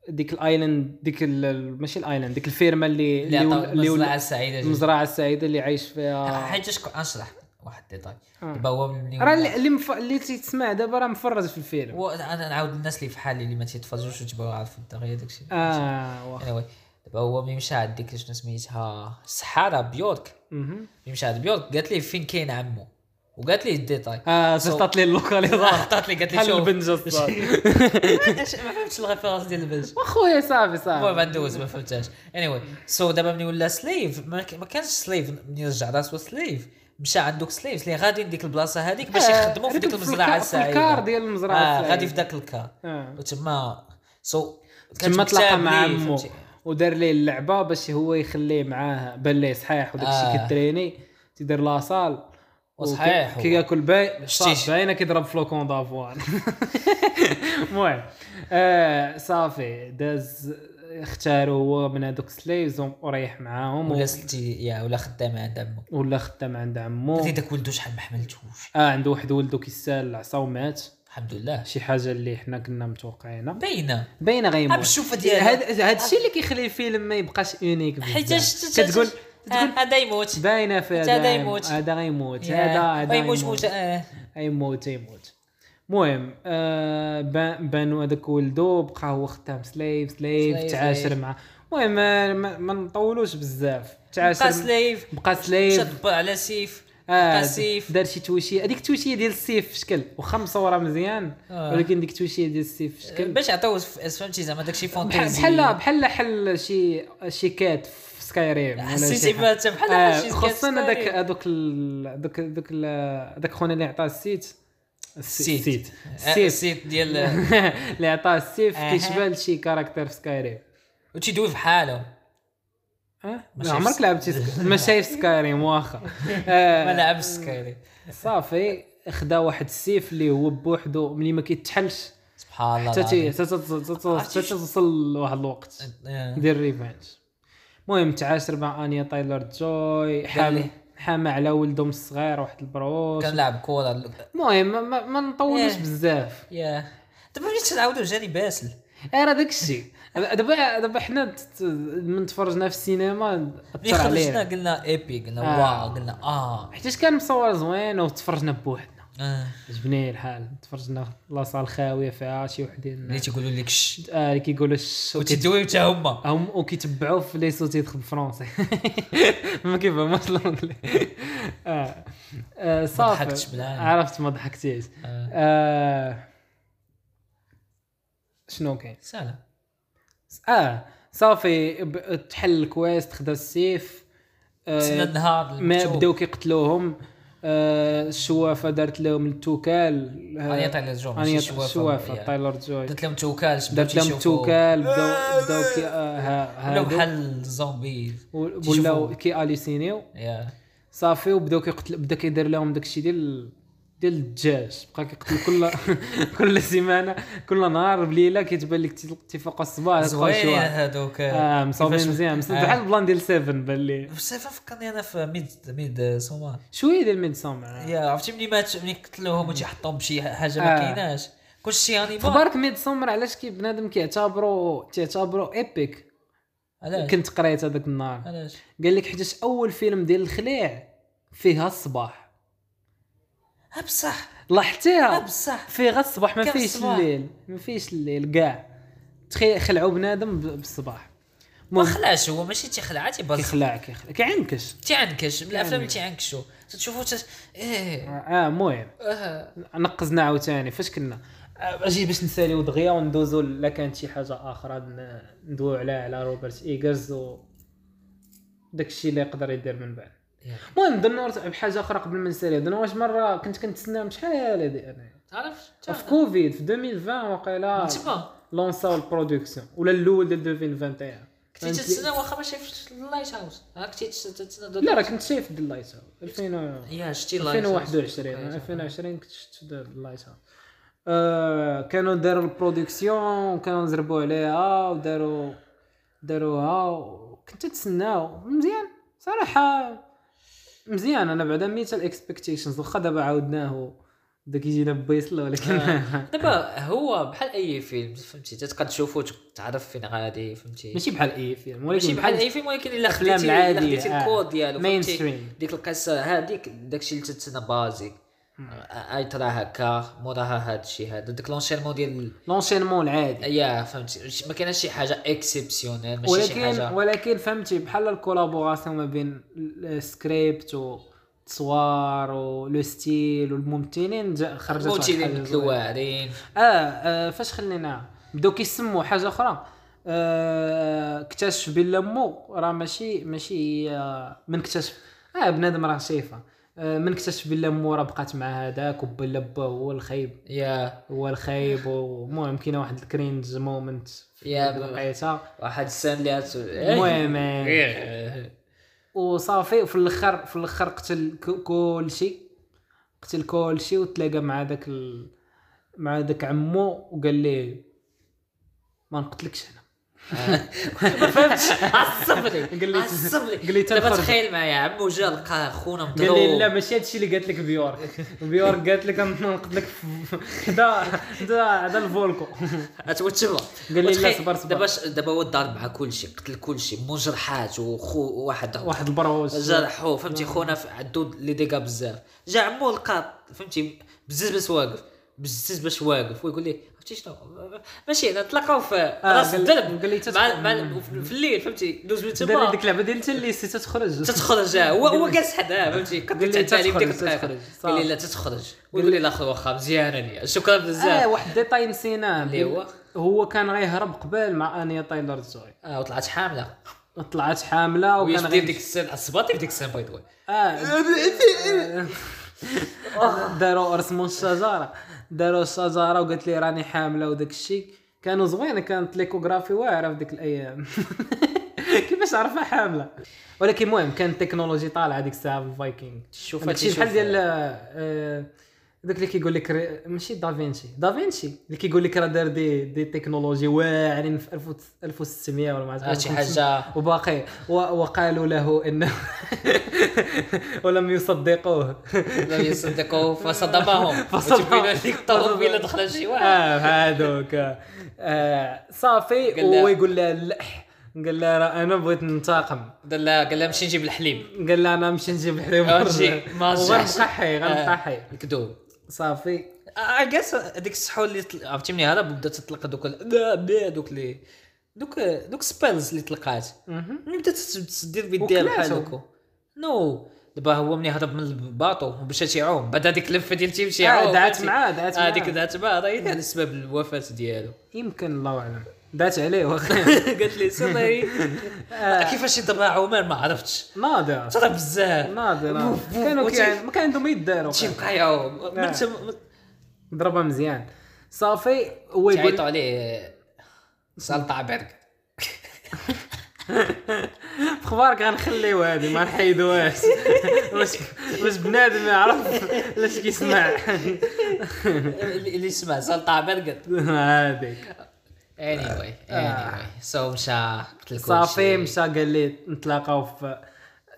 A: ديك الايلاند ديك ال- ماشي الايلاند ديك الفيرما اللي
B: اللي عطاو المزرعه السعيده جدا.
A: المزرعه السعيده اللي عايش فيها
B: حيت شكون اشرح واحد الديتاي
A: آه.
B: دابا هو ملي
A: راه
B: ولا-
A: اللي اللي, مف... اللي تسمع دابا راه مفرز في الفيلم
B: هو انا نعاود الناس اللي بحالي اللي ما تيتفرجوش وتبغوا عارفوا الدغيا داكشي
A: اه واخا
B: anyway. دابا هو ملي مشى عند ديك شنو سميتها السحاره بيورك
A: مهم.
B: ملي مشى عند بيورك قالت ليه فين كاين عمو وقالت ليه الديتاي
A: اه
B: So-
A: صطات لي اللوكاليزا
B: خطات لي قالت لي
A: بحال
B: شوف
A: البنجة الصاد.
B: ما فهمتش الريفيرونس ديال البنج
A: اخويا صافي
B: المهم
A: صافي
B: ندوز ما فهمتهاش اني anyway. سو so دابا ملي ولا سليف ما ك- ما كانش سليف ملي رجع راسو سليف مشى عند دوك سليفز اللي غاديين ديك البلاصه هذيك باش
A: آه،
B: يخدموا في
A: هذوك
B: ديك
A: في
B: المزرعه
A: الكار- في الكار
B: السعيده
A: ديال المزرعة
B: آه
A: السعيدة.
B: غادي في داك الكار
A: آه.
B: وتما سو
A: تما تلاقى مع عمو ودار ليه اللعبه باش هو يخليه معاه بان ليه صحيح وداك الشيء
B: آه.
A: كيتريني تيدير لاصال
B: وصحيح
A: وكي-
B: هو.
A: كياكل باي
B: شتيش.
A: صافي، باينه كيضرب فلوكون دافوان المهم آه صافي داز اختارو هو من هذوك سليفز وريح معاهم
B: ولا
A: و-
B: سلتي يا ولا خدام عند عمو
A: ولا خدام عند
B: قلت
A: عمو
B: داك ولدو شحال ما حملتوش
A: اه عنده واحد ولدو كيسال العصا ومات
B: الحمد لله
A: شي حاجه اللي حنا كنا متوقعينها
B: باينه
A: باينه
B: آه،
A: غيموت
B: بالشوفه ديالها آه.
A: هاد هاد الشيء اللي كيخلي الفيلم ما يبقاش اونيك بزاف.
B: حيت شت- شت-
A: كتقول
B: شت-
A: تقول
B: آه، هذا يموت
A: باينه في
B: هذا
A: هذا
B: يموت.
A: هذا غيموت
B: يا،
A: هذا هذا
B: يموت موت آه.
A: يموت يموت المهم آه بان- بانو هذاك ولدو بقى هو خدام سليف
B: سليف،
A: سليف تعاشر
B: سليف.
A: معاه المهم ما- ما ما نطولوش بزاف
B: بقى
A: تعاشر
B: سليف
A: بقى سليف
B: شد على سيف
A: آه
B: بقى سيف
A: دار شي توشيه هذيك التوشيه ديال السيف في شكل وخا مصوره مزيان
B: آه.
A: ولكن ديك التوشيه ديال السيف في شكل
B: باش عطاو فهمتي زعما داكشي آه،
A: بحال
B: فونتيزي
A: بحال بحال حل شي شي كات في سكايريم
B: حسيتي بها- بحال
A: آه،
B: شي
A: خصوصا
B: سكات
A: هذاك
B: ستايل.
A: هذوك هذاك هذاك هذاك خونا اللي عطاه السيت
B: السيت.
A: السيت
B: آه،
A: السيت
B: السيت ديال
A: اللي عطاه السيف
B: أها.
A: كيشبه لشي كاركتر في سكايريم
B: وتيدوي بحالو
A: أه؟
B: آه، ما شايف
A: عمرك
B: سك-
A: لعبتي سك- ما شايف سكايريم واخا آه،
B: ما لعبش سكايري
A: صافي خدا واحد السيف اللي هو بوحدو ملي ما كيتحلش
B: سبحان الله
A: حتى تي-
B: العظيم.
A: حتى تت- تت-
B: عرفتي
A: حتى
B: شو-
A: توصل لواحد الوقت
B: آه.
A: دير ريفانج المهم تعاشر مع انيا تايلر جوي حامي
B: ليه.
A: حامى على ولدهم الصغير واحد البروش
B: كنلعب كورة
A: المهم ما, ما, ما نطولوش
B: إيه.
A: بزاف
B: يا دابا ملي تنعاودو جاني باسل
A: إيه راه داك الشيء دابا دابا حنا ت- من تفرجنا في السينما
B: ملي
A: اثر
B: إيه، خرجنا
A: عليه
B: قلنا ايبي قلنا
A: آه.
B: واو قلنا اه
A: حيتاش كان مصور زوين وتفرجنا بوحدنا
B: آه.
A: عجبني الحال تفرجنا لاصال خاويه فيها شي
B: ملي
A: وحدين
B: تيقولوا لك شش
A: آه اللي كيقولوا الش-
B: وتدوي حتى هما
A: هم وكيتبعوا في لي سوتيتر بالفرنسي ما كيفهموش الانجلي آه. آه صافي
B: ضحكتش بالعين.
A: عرفت ما ضحكتيش
B: آه.
A: آه. شنو كاين
B: سهلة
A: اه صافي ب- تحل الكويست خدا السيف
B: تسنى
A: آه
B: النهار
A: ما
B: المكتوب.
A: بداو كيقتلوهم آه الشوافه دارت لهم التوكال آه،
B: اني طايله الجو ماشي
A: أنيا
B: شوافة.
A: الشوافه
B: يا.
A: تايلر جوي
B: درت لهم توكالش
A: دارت طيب. لهم التوكال بداو بداو كي آه، ها-
B: ولاو
A: هادو.
B: بحال الزومبي
A: و-
B: تيشوفوا.
A: ولاو كي اليسينيو
B: يا
A: صافي وبداو كيقتل بدا كيدير لهم داكشي ديال ديال الدجاج بقى كيقتل كل كل سيمانه كل نهار بليله كيتبان لك تي- تيفوق الصباح تلقى شي
B: زوينين
A: واحد
B: هادوك
A: اه مصابين
B: كيفاش-
A: مزيان مصاب-
B: آه.
A: بحال البلان ديال 7 بان لي
B: بصفة فكرني انا في ميد ميد سومان
A: شويه ديال ميد سامر
B: يا عرفتي ملي مات ملي قتلوهم وتيحطوهم بشي حاجه
A: آه.
B: ما كايناش كلشي يعني
A: تبارك ميد سامر علاش كي بنادم كيعتبرو تعتبرو ايبيك
B: علاش
A: كنت قريت هذاك النهار
B: علاش
A: قال لك حيتاش اول فيلم ديال الخليع فيها الصباح
B: ها بصح ها
A: لاحظتيها
B: بصح
A: فيها الصباح ما
B: كان
A: فيهش
B: الصباح.
A: الليل ما فيهش الليل كاع تخي خلعوا بنادم ب- بالصباح
B: ما
A: المهم
B: خلاش هو ماشي تيخلع تيبز
A: كيخلع كيخلع كيعنكش
B: تيعنكش من الافلام اللي تيعنكشوا تشوفوا تت... ايه
A: اه المهم
B: اه
A: نقزنا عاوتاني فاش كنا آه، اجي باش نساليو دغيا وندوزو لا كانت شي حاجه اخرى ن- ندويو على على روبرت ايجرز و داكشي اللي يقدر يدير من بعد
B: يلا.
A: المهم دنورت بحاجه اخرى قبل ما نساليو درنا واش مره كنت كنتسناهم شحال هادي انا
B: تعرف
A: في كوفيد في 2020 وقيلا
B: تما
A: لونساو البرودكسيون ولا الاول ديال 2021
B: كنتي تتسنى واخا ما شايفش اللايت هاوس ها كنتي تتسنى
A: لا راه كنت شايف ذا لايت هاوس 2000
B: يا شتي اللايت هاوس.
A: 2021
B: اللايت هاوس.
A: 2020 كنت شفت ذا اللايت هاوس آه، كانوا داروا البرودكسيون وكانوا زربوا عليها وداروا داروها وكنت تسناو مزيان صراحه مزيان انا بعدا ميت الاكسبكتيشنز واخا دابا عاودناه داك يجينا بيصله ولكن
B: آه. دابا هو بحال اي فيلم فهمتي تتبقى تشوفو تك- تعرف فين غادي فهمتي
A: ماشي بحال اي فيلم
B: ماشي
A: ولكن
B: بحال اي فيلم ولكن الا
A: الأفلام
B: خديتي الا
A: العادية،
B: خديتي
A: آه.
B: الكود ديالو
A: مين
B: فهمتي
A: ستريم.
B: ديك القصه هذيك داكشي اللي تتسنى بازيك اي ترى هكا موراها هادشي هذا داك لونشينمون ديال
A: لونشينمون العادي
B: يا فهمتي ش- ما كاينش شي حاجه اكسبسيونيل ماشي
A: ولكن
B: شي حاجه
A: ولكن فهمتي بحال الكولابوراسيون ما بين ال- السكريبت والتصوير ولو ستيل والممثلين جا خرجت واحد
B: موتيلين
A: الحاجة زوينة.
B: متلوارين
A: آه, اه فاش خلينا بداو كيسموا حاجه اخرى آه اكتشف بلا مو راه ماشي ماشي آه من اكتشف اه بنادم راه شايفها آه من اكتشف بلا مو راه بقات مع هذاك وبلا با هو الخايب
B: يا
A: هو الخايب ومهم كاينه واحد الكرينج مومنت
B: يا
A: لقيتها
B: واحد السن اللي هاتو إيه.
A: المهم آه، وصافي وفي الاخر في الاخر قتل ك- كل شيء قتل كل شيء وتلاقى مع ذاك ال... مع ذاك عمو وقال ليه ما نقتلكش انا
B: ما فهمتش عصب لي
A: قال لي-
B: عصب لي
A: قال لي
B: دابا
A: تنخرج.
B: تخيل معايا عمو جا لقى خونا
A: قال لي لا
B: مضروب
A: ماشي هادشي اللي قالت لك بيورك بيورك قالت لك نقتلك في- دا دا دا الفولكو
B: اتوتشبا
A: قال لي لا صبر صبر
B: دابا ش- دابا هو ضارب مع كلشي قتل كلشي مجرحات وخو واحد
A: واحد البروج
B: جرحوه فهمتي خونا ف- عدو لي ديكا بزاف جا عمو لقى فهمتي بزز باش واقف بزز باش واقف ويقول لي عرفتي شنو ماشي انا تلاقاو في راس
A: آه، قال-
B: الدرب
A: قال لي
B: مع
A: تتخرج.
B: مع- في الليل فهمتي دوزو
A: دار
B: تما
A: ديك اللعبه ديال تليسي تتخرج
B: تتخرج آه، هو هو جالس حداه فهمتي
A: قال
B: كنت
A: لي
B: تعتالي بديك
A: تتخرج،
B: الدقيقه
A: تتخرج.
B: قال لي لا تتخرج ويقول لي لا خويا واخا مزيانه ليا شكرا
A: اه
B: بزاف
A: واحد ديتاي نسيناه
B: اللي هو
A: هو كان غيهرب قبل مع انيا تايلر جوي
B: اه وطلعت حامله
A: طلعت حامله وكان
B: ويش دير ديك
A: غير
B: السن الصباطي في ديك السن باي ذا واي
A: آه. داروا رسموا الشجره داروا الشجره وقالت لي راني حامله وداك الشيء كانوا زوينه كانت ليكوغرافي واعره في ديك الايام كيفاش عرفها حامله ولكن المهم كانت التكنولوجي طالعه ديك الساعه في الفايكينغ
B: شوف
A: داكشي بحال ديال آه، داك اللي كيقول لك ري- ماشي دافينشي دافينشي اللي كيقول لك راه دار دي دي تكنولوجي واعرين في 1000 1600 ولا ما عرفت
B: آه، شي حاجه
A: وباقي و- وقالوا له انه ولم يصدقوه
B: لم يصدقوه فصدمهم
A: فصدمهم.
B: فصدمهم ديك طرف بلا دخل شي واحد
A: اه هادوك آه صافي
B: قال لها-
A: ويقول لها لح قال لها راه انا بغيت ننتقم
B: قال لها قال لها نمشي نجيب الحليب
A: قال لها انا نمشي نجيب حليب
B: أمشي، ما
A: غنطحي
B: آه،
A: غنطحي
B: الكذوب
A: صافي
B: اي جاس هذيك السحول اللي طل- عرفتي مني هذا بدات تطلق دوك ال- لا، بي- دوك لي دوك دوك سبيلز اللي طلقات
A: مهم.
B: ملي بدات تس- دير بيديها بحال
A: وكلاتهم.
B: هكا نو دابا هو مني هرب من الباطو باش تيعوم بعد هذيك اللفه ديال تيمشي
A: آه
B: يعوم
A: دعت
B: فهمتي؟
A: معاه دعت
B: اه ديك
A: معاه
B: دعت معاه راه هي اللي سبب الوفاه ديالو
A: يمكن الله اعلم دعت عليه واخا
B: قالت لي سيري كيفاش يضربها عمان ما عرفتش
A: ناضي
B: ترى بزاف
A: ناضي ناضي كانوا
B: وتي-
A: كيعن- ما كان عندهم ما يداروا
B: شي بقى يعوم
A: نعم.
B: من تم- من-
A: ضربه مزيان صافي هو يقول
B: تعيطوا عليه آه، سلطع برك
A: اخبارك غنخليو هذه ما نحيدوهاش واش واش بنادم يعرف علاش كيسمع
B: اللي اللي يسمع سلطع برك
A: هذيك
B: اني واي اني واي سو مشى قتل كل
A: آه. صافي
B: شي.
A: مشى قال لي نتلاقاو في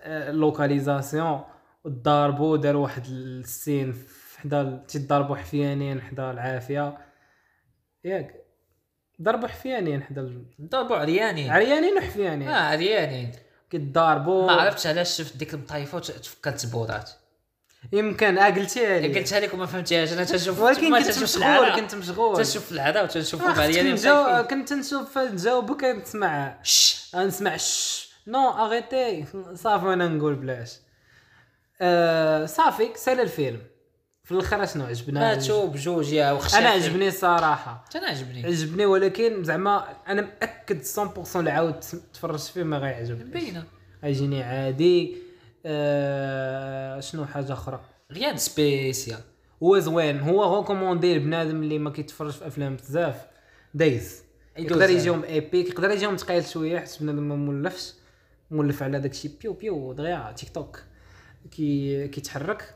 A: آه، اللوكاليزاسيون ضاربوا دار واحد السين في حدا ال- تيضربوا حفيانين حدا العافيه ياك ضربوا حفيانين حدا ال-
B: ضربوا عريانين
A: عريانين وحفيانين
B: اه عريانين
A: كيتضاربوا
B: ما عرفتش علاش شفت ديك المطايفه وتفكرت بوضات
A: يمكن اه قلتيها لي
B: قلتها لك وما فهمتيهاش انا تنشوف
A: ولكن
B: ما
A: كنت
B: تنشوف
A: مشغول
B: العرا.
A: كنت مشغول
B: تنشوف العدا وتنشوف
A: أنا خفت
B: العريانين
A: نجاو-
B: مطايفين.
A: كنت نشوف نجاوبك نسمع
B: شش
A: نسمع شش نو اغيتي صافي وانا نقول بلاش آه صافي سال الفيلم في الاخر شنو عجبنا
B: ماتوا بجوج يا وخشيت
A: انا عجبني الصراحه
B: انا عجبني
A: عجبني ولكن زعما انا مأكد 100% العاود تفرجت فيه ما غيعجبني
B: مبينه
A: غيجيني عادي آه شنو حاجه اخرى
B: غيان سبيسيال
A: هو زوين هو غوكوموندي البنادم اللي ما كيتفرجش في افلام بزاف دايز
B: يدوز
A: يقدر
B: عليه.
A: يجيهم ايبيك يقدر يجيهم ثقيل شويه حيت بنادم ما مولفش مولف على داكشي بيو بيو دغيا تيك توك كي كيتحرك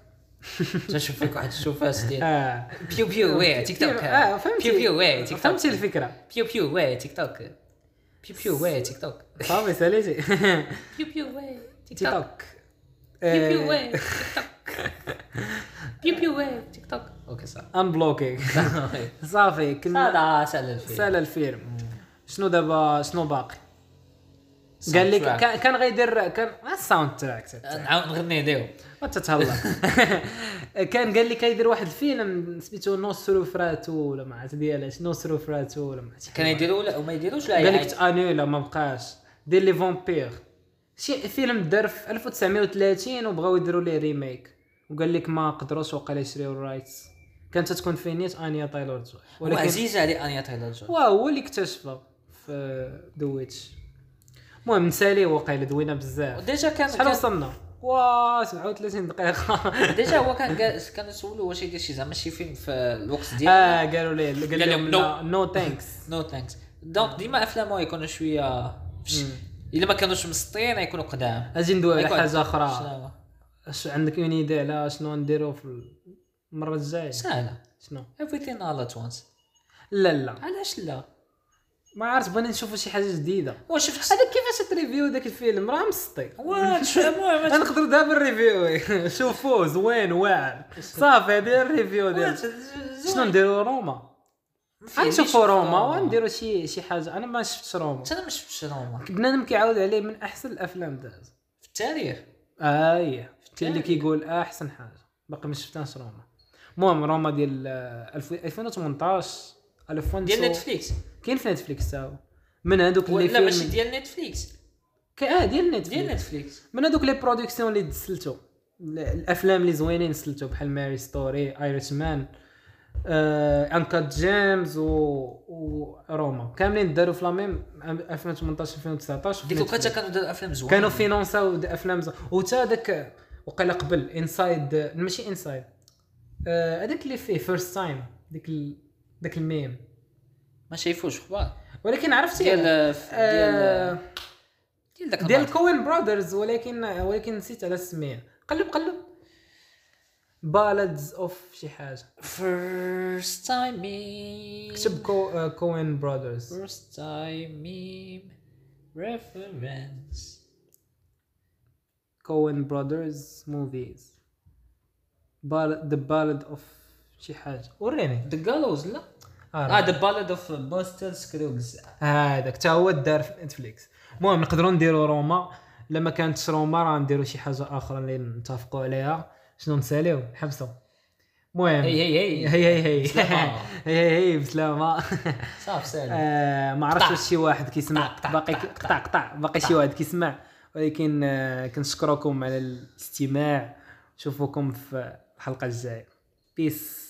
B: تنشوف فيك واحد الشوفاس ديال
A: اه
B: بيو بيو وي تيك توك
A: اه فهمتي
B: بيو بيو وي تيك توك
A: فهمتي الفكره
B: بيو بيو وي تيك توك بيو بيو وي تيك توك
A: صافي ساليتي
B: بيو بيو وي تيك
A: تيك
B: توك
A: توك آه،
B: بيو بيو وي تيك توك بيو بيو وي تيك توك اوكي صح
A: انبلوكي صافي كنا
B: هذا سهل الفيلم
A: سال الفيلم شنو دابا شنو باقي قال لك كان- كان غيدير كان الساوند تراك
B: نعاود نغني ديو
A: ما تتهلا كان قال لي كيدير واحد الفيلم سميتو نوسرو فراتو ولا ما عرفت ديالاش نوسرو فراتو ولا ما عرفت
B: كان يديروا ولا وما يديروش لا
A: قال لك
B: يعيط
A: تانولا ما بقاش دير لي فامبير شي فيلم دار في 1930 وبغاو يديروا ليه ريميك وقال لك ما قدروش وقال يشريو الرايتس كانت تكون في نيت انيا تايلور جوي ولكن
B: وعزيزه عليه انيا تايلور جوي
A: هو هو اللي اكتشفها في دويتش المهم نساليه وقيله دوينا بزاف
B: ديجا كان
A: شحال
B: كان-
A: وصلنا وا 37 دقيقه
B: ديجا هو كان قال- كان سولو واش يدير شي زعما شي فيلم في الوقت ديالنا
A: اه قالوا لي قال
B: قال
A: لهم
B: لهم
A: لا نو ثانكس
B: نو ثانكس دونك ديما افلامه يكونوا شويه الا ما كانوش مسطين يكونوا قدام
A: اجي ندوي على
B: يكون-
A: حاجه اخرى
B: شنو
A: اش عندك اون ايدي على شنو نديرو في المره الجايه
B: سهله
A: شنو
B: everything all at once
A: لا لا
B: علاش لا
A: ما عرفت بغينا نشوفوا شي حاجه جديده
B: وشفت
A: هذا كيفاش تريفيو داك الفيلم راه مسطي
B: واش المهم
A: نقدر دابا نريفيو شوفوه زوين واعر صافي هذه الريفيو ديال شنو نديرو روما غنشوفو روما ونديرو شي شي حاجه انا ما شفتش روما
B: انا ما شفتش روما
A: بنادم كيعاود عليه من احسن الافلام داز
B: في التاريخ
A: اي حتى اللي كيقول احسن حاجه باقي ما شفتهاش روما المهم روما ديال آه، الف- 2018 الفونسو
B: ديال نتفليكس
A: كاين في نتفليكس تاو من هذوك اللي
B: ولا ماشي
A: فيلم
B: ديال نتفليكس
A: ك- اه ديال
B: ديال
A: نتفليكس
B: نتفليكس
A: من هذوك لي برودكسيون اللي دسلتو ال- الافلام اللي زوينين سلتو بحال ماري ستوري ايريش مان آه انكات جيمز و... وروما كاملين داروا في لا ميم 2018 2019 في
B: ديك الوقت
A: نتفليكس.
B: كانوا داروا افلام زوين
A: كانوا فينونساو د- افلام ز... وتا داك وقيلا قبل انسايد ماشي انسايد هذاك اللي فيه فيرست تايم ديك ال... داك الميم
B: ما شايفوش خبار
A: ولكن عرفتي
B: ديال
A: آه،
B: ديال ديال داك
A: ديال
B: الوقت.
A: كوين برادرز ولكن ولكن نسيت على السميه قلب قلب بالادز اوف شي حاجه
B: First time meme.
A: كتب كو... آه، كوين برادرز
B: First time meme reference.
A: كوين برادرز موفيز بال ذا بالاد اوف شي حاجه وريني
B: The Gallows لا؟
A: آه،
B: اه Ah, The Ballad of uh, Buster Scruggs.
A: هذاك تا هو الدار في نتفليكس المهم نقدروا نديروا روما لما كانت روما راه نديروا شي حاجه اخرى اللي نتفقوا عليها شنو نساليو نحبسوا المهم
B: هي هي
A: هي هي
B: هي
A: هي
B: بسلامة.
A: هي هي بسلامه
B: صاف سالي
A: آه، ما عرفتش
B: قطع.
A: واش شي واحد كيسمع
B: قطع، قطع،
A: باقي
B: قطع،
A: قطع قطع باقي شي
B: قطع.
A: واحد كيسمع ولكن آه، كنشكركم على الاستماع نشوفكم في الحلقه الجايه بيس